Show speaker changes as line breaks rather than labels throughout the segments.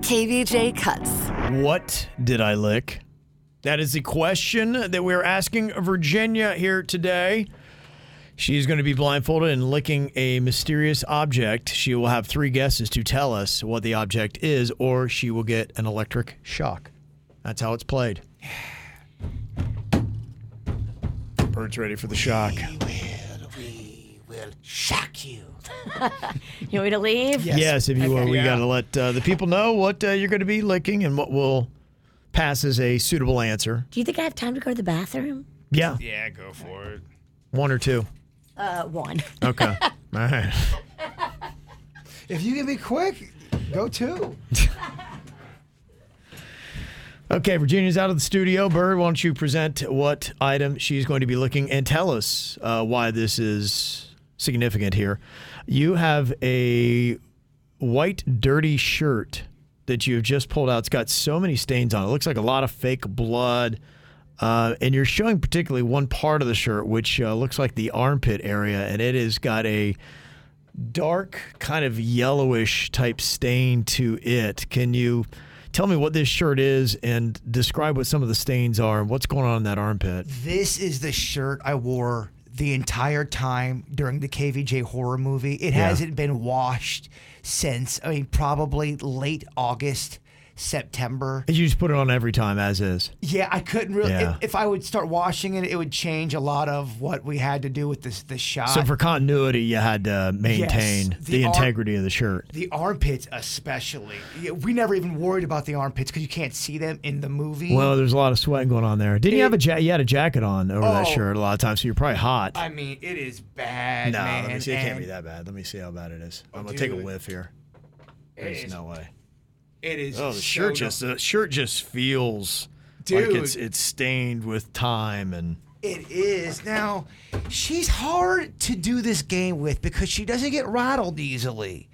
KVJ cuts.
What did I lick? That is the question that we're asking Virginia here today. She's going to be blindfolded and licking a mysterious object. She will have three guesses to tell us what the object is, or she will get an electric shock. That's how it's played. Bird's ready for the shock.
You want me to leave?
Yes, if you will. We got to let uh, the people know what uh, you're going to be licking and what will pass as a suitable answer.
Do you think I have time to go to the bathroom?
Yeah,
Yeah, go for it.
one or two.
Uh, one.
Okay. All right.
If you can be quick, go two.
Okay, Virginia's out of the studio. Bird, why don't you present what item she's going to be looking and tell us uh, why this is significant here. You have a white, dirty shirt that you've just pulled out. It's got so many stains on it. It looks like a lot of fake blood. Uh, and you're showing particularly one part of the shirt, which uh, looks like the armpit area, and it has got a dark, kind of yellowish type stain to it. Can you tell me what this shirt is and describe what some of the stains are and what's going on in that armpit?
This is the shirt I wore the entire time during the KVJ horror movie. It
Yeah.
hasn't been washed since, I mean, probably late August, September.
You just put it on every time as is.
Yeah, I couldn't really.
Yeah.
If, if I would start washing it, it would change a lot of what we had to do with this the shot.
So for continuity, you had to maintain
Yes,
the,
the arm-
integrity of the shirt.
the armpits, especially, Yeah, we never even worried about the armpits because you can't see them in the movie.
Well, there's a lot of sweating going on there. Didn't you have a ja- you had a jacket on over that
Oh.
shirt a lot of times, so you're probably hot.
I mean, it is bad,
no,
man.
let me see. It can't
and Oh,
be that bad. Let me see how bad it is. I'm gonna take a
dude.
whiff here. There's
is-
no way.
It is.
Oh, the
so
shirt just the shirt just feels like
Dude.
it's it's stained with time and
It is. Now, she's hard to do this game with because she doesn't get rattled easily.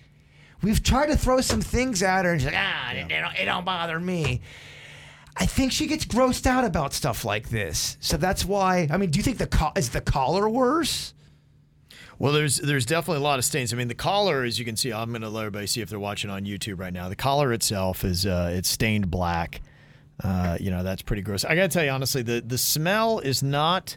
We've tried to throw some things at her and she's like, ah, it, it don't, it don't bother me. I think she gets grossed out about stuff like this. So that's why, I mean, do you think the co- is the collar worse?
Well, there's there's definitely a lot of stains. I mean, the collar, as you can see, I'm going to let everybody see if they're watching on YouTube right now. The collar itself is uh, it's stained black. Uh, you know, that's pretty gross. I got to tell you honestly, the the smell is not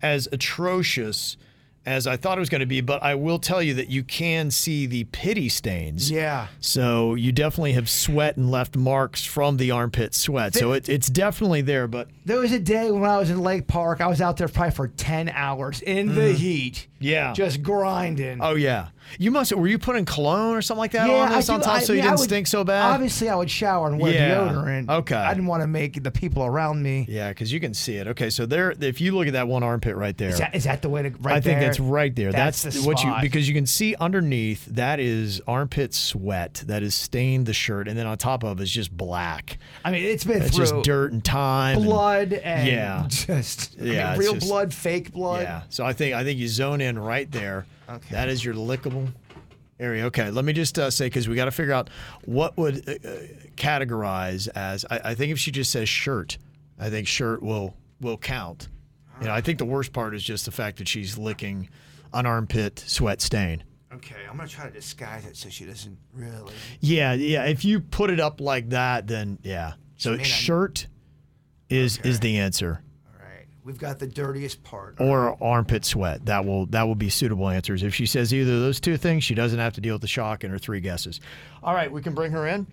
as atrocious as I thought it was going to be, but I will tell you that you can see the pity stains.
Yeah.
So you definitely have sweat and left marks from the armpit sweat. So it, it's definitely there, but
There was a day when I was in Lake Park, I was out there probably for 10 hours in the heat.
Mm-hmm. Yeah.
Just grinding.
Oh yeah, you must. Were you putting cologne or something like that
Yeah,
on
I
this on
do-
top
I-
so you
yeah, I
didn't
would-
stink so bad?
Obviously, I would shower and wear
Yeah.
deodorant.
Okay.
I didn't want to make the people around me.
Yeah, because you can see it. Okay, so there, if you look at that one armpit right there,
Is that, is that the way to right
I think
there?
that's right there. That's,
That's the
what you
spot.
because you can see underneath that is armpit sweat that has stained the shirt, and then on top of it is just black.
I mean, it's been
It's
through
just dirt and time, and-
blood and
Yeah.
just I mean,
Yeah, it's
real
just-
blood, fake blood.
yeah. So I think I think you zone in right there. Okay. That is your lickable area. Okay. Let me just uh, say because we got to figure out what would uh, uh, categorize as. I, I think if she just says shirt, I think shirt will will count. You know, I think the worst part is just the fact that she's licking an armpit sweat stain.
Okay, I'm gonna try to disguise it so she doesn't really.
Yeah, yeah. If you put it up like that, then yeah. So
may not-
shirt is is the answer.
All right, we've got the dirtiest part.
or armpit sweat. That will that will be suitable answers. If she says either of those two things, she doesn't have to deal with the shock and her three guesses. All right, we can bring her in.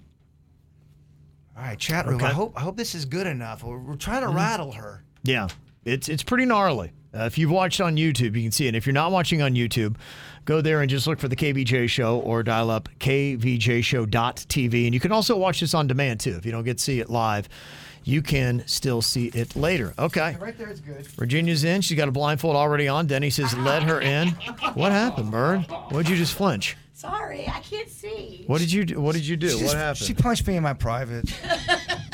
All right, chat room. I
Okay. Mm-hmm.
hope I hope this is good enough. We're, we're trying to rattle her.
Yeah, it's it's pretty gnarly. Uh, if you've watched on YouTube, you can see it. If you're not watching on YouTube, go there and just look for the KVJ Show or dial up kvjshow.tv. And you can also watch this on demand too. If you don't get to see it live, you can still see it later. Okay.
Right there is good.
Virginia's in. She's got a blindfold already on. Denny says, let her in. What happened, Bird? Why'd you just flinch?
Sorry, I can't see.
What did you do? What did you do?
She
what
just-
happened?
She punched me in my private.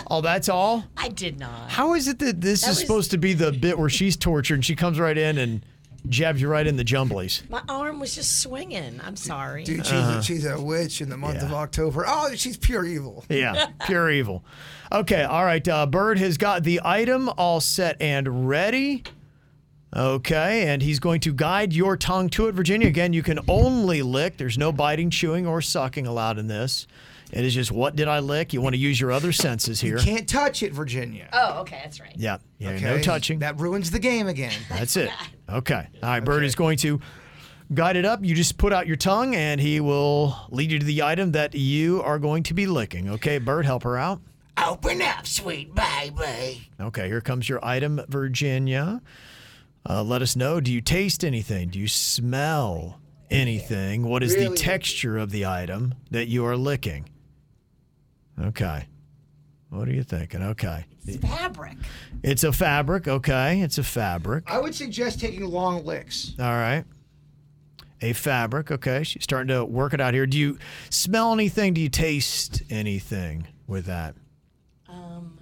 oh, that's all.
I did not.
How is it that this is
was-
supposed to be the bit where she's tortured and she comes right in and jabs you right in the jumblies?
My arm was just swinging. I'm sorry.
Dude, she's, she's a witch in the month of
Uh-huh. Yeah.
October. Oh, she's pure evil.
Yeah, pure evil. Okay, all right. Uh, Bird has got the item all set and ready. Okay, and he's going to guide your tongue to it. Virginia, again, you can only lick. There's no biting, chewing, or sucking allowed in this. It is just what did I lick? You want to use your other senses here.
Can't touch it, Virginia.
Oh, okay, that's right.
Yeah, yeah no
Okay?
touching.
That ruins the game again.
That's it. Okay. All right. Bird is going to guide it up. You just put out your tongue, and he will lead you to the item that you are going to be licking. Okay, Bird, help her out.
Open up, sweet baby.
Okay, here comes your item, Virginia. Uh, let us know. Do you taste anything? Do you smell anything? What is the texture of the item that you are licking? Okay. What are you thinking? Okay.
Fabric.
It's a fabric. Okay. It's a fabric.
I would suggest taking long licks.
All right. A fabric. Okay. She's starting to work it out here. Do you smell anything? Do you taste anything with that?
Um,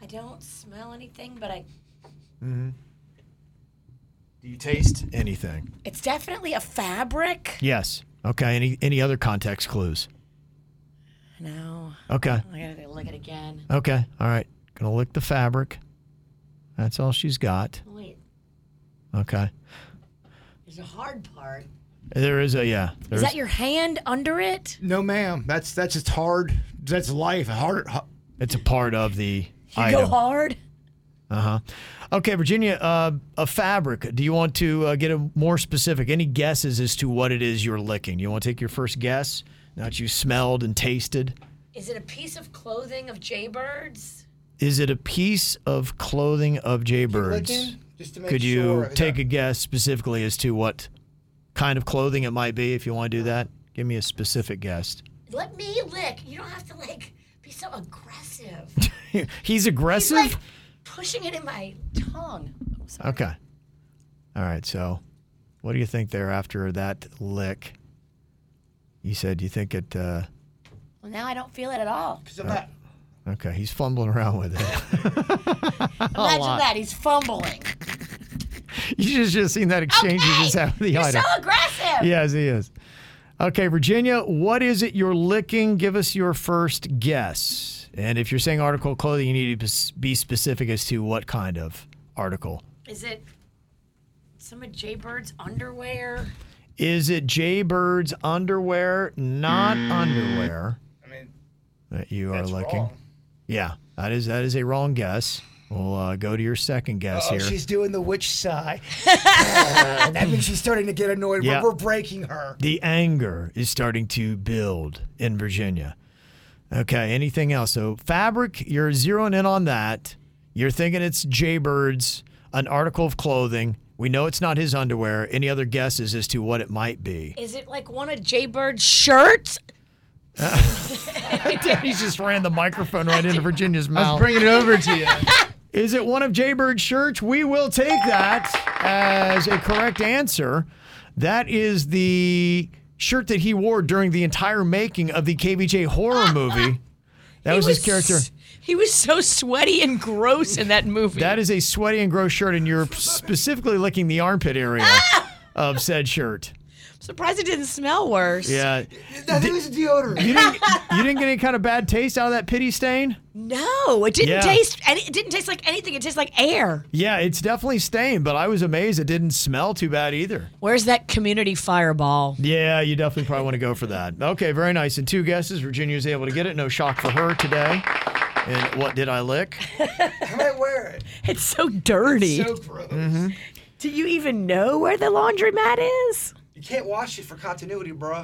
I don't smell anything, but I.
Do you taste anything?
It's definitely a fabric.
Yes. Okay. Any any other context clues?
No,
Okay.
I gotta go look at it again.
Okay. All right. Gonna lick the fabric. That's all she's got.
Wait,
Okay.
there's a hard part.
There is a yeah.
Is
There's,
that your hand under it?
No, ma'am. That's that's just hard. That's life. Hard. hu-
it's a part of the
You
item.
go hard.
Uh-huh. Okay, Virginia, uh, a fabric. Do you want to uh, get a more specific? Any guesses as to what it is you're licking? You want to take your first guess? Now that you smelled and tasted.
Is it a piece of clothing of Jaybirds?
Is it a piece of clothing of Jaybirds?
Licking, Just to make
Could you
sure.
take a guess specifically as to what kind of clothing it might be if you want to do that? Give me a specific guess.
Let me lick. You don't have to like be so aggressive.
He's
He's
aggressive?
like pushing it in my tongue. Oh, sorry.
Okay. All right. So, what do you think there after that lick? You said you think it. Uh,
Well, now I don't feel it at all.
I'm not-
okay, he's fumbling around with it.
Imagine that. He's fumbling.
you just just seen that exchange you just had with the
You're so
item.
aggressive.
yes, he is. Okay, Virginia, what is it you're licking? Give us your first guess. And if you're saying article of clothing, you need to bes- be specific as to what kind of article.
Is it some of Jaybird's underwear?
Is it Jaybird's underwear, not underwear?
I mean,
that you are
that's
looking.
wrong.
Yeah, that is that is a wrong guess. We'll uh, go to your second guess
Oh,
here.
she's doing the witch sigh. Uh, that means she's starting to get annoyed.
Yeah.
We're, we're breaking her.
The anger is starting to build in Virginia. Okay, anything else? So fabric, you're zeroing in on that. You're thinking it's Jaybird's, an article of clothing. We know it's not his underwear. Any other guesses as to what it might be?
Is it like one of Jaybird's shirts?
Danny's just ran the microphone right into Virginia's mouth.
it over to you.
Is it one of Jaybird's shirts? We will take that as a correct answer. That is the shirt that he wore during the entire making of the KBJ horror movie. That
He
was, his character.
s- He was so sweaty and gross in that movie.
That is a sweaty and gross shirt, and you're specifically licking the armpit area of said shirt.
Surprised it didn't smell worse.
I
Yeah.
think it was deodorant.
You didn't, you didn't get any kind of bad taste out of that pity stain?
No, it didn't
Yeah.
taste. Any, it didn't taste like anything. It tastes like air.
Yeah, it's definitely stained, but I was amazed it didn't smell too bad either.
Where's that community fireball?
Yeah, you definitely probably want to go for that. Okay, very nice. And two guesses. Virginia was able to get it. No shock for her today. And what did I lick?
I might wear it.
It's so dirty.
So gross.
Mm-hmm.
Do you even know where the laundromat is?
You can't wash it for continuity, bruh.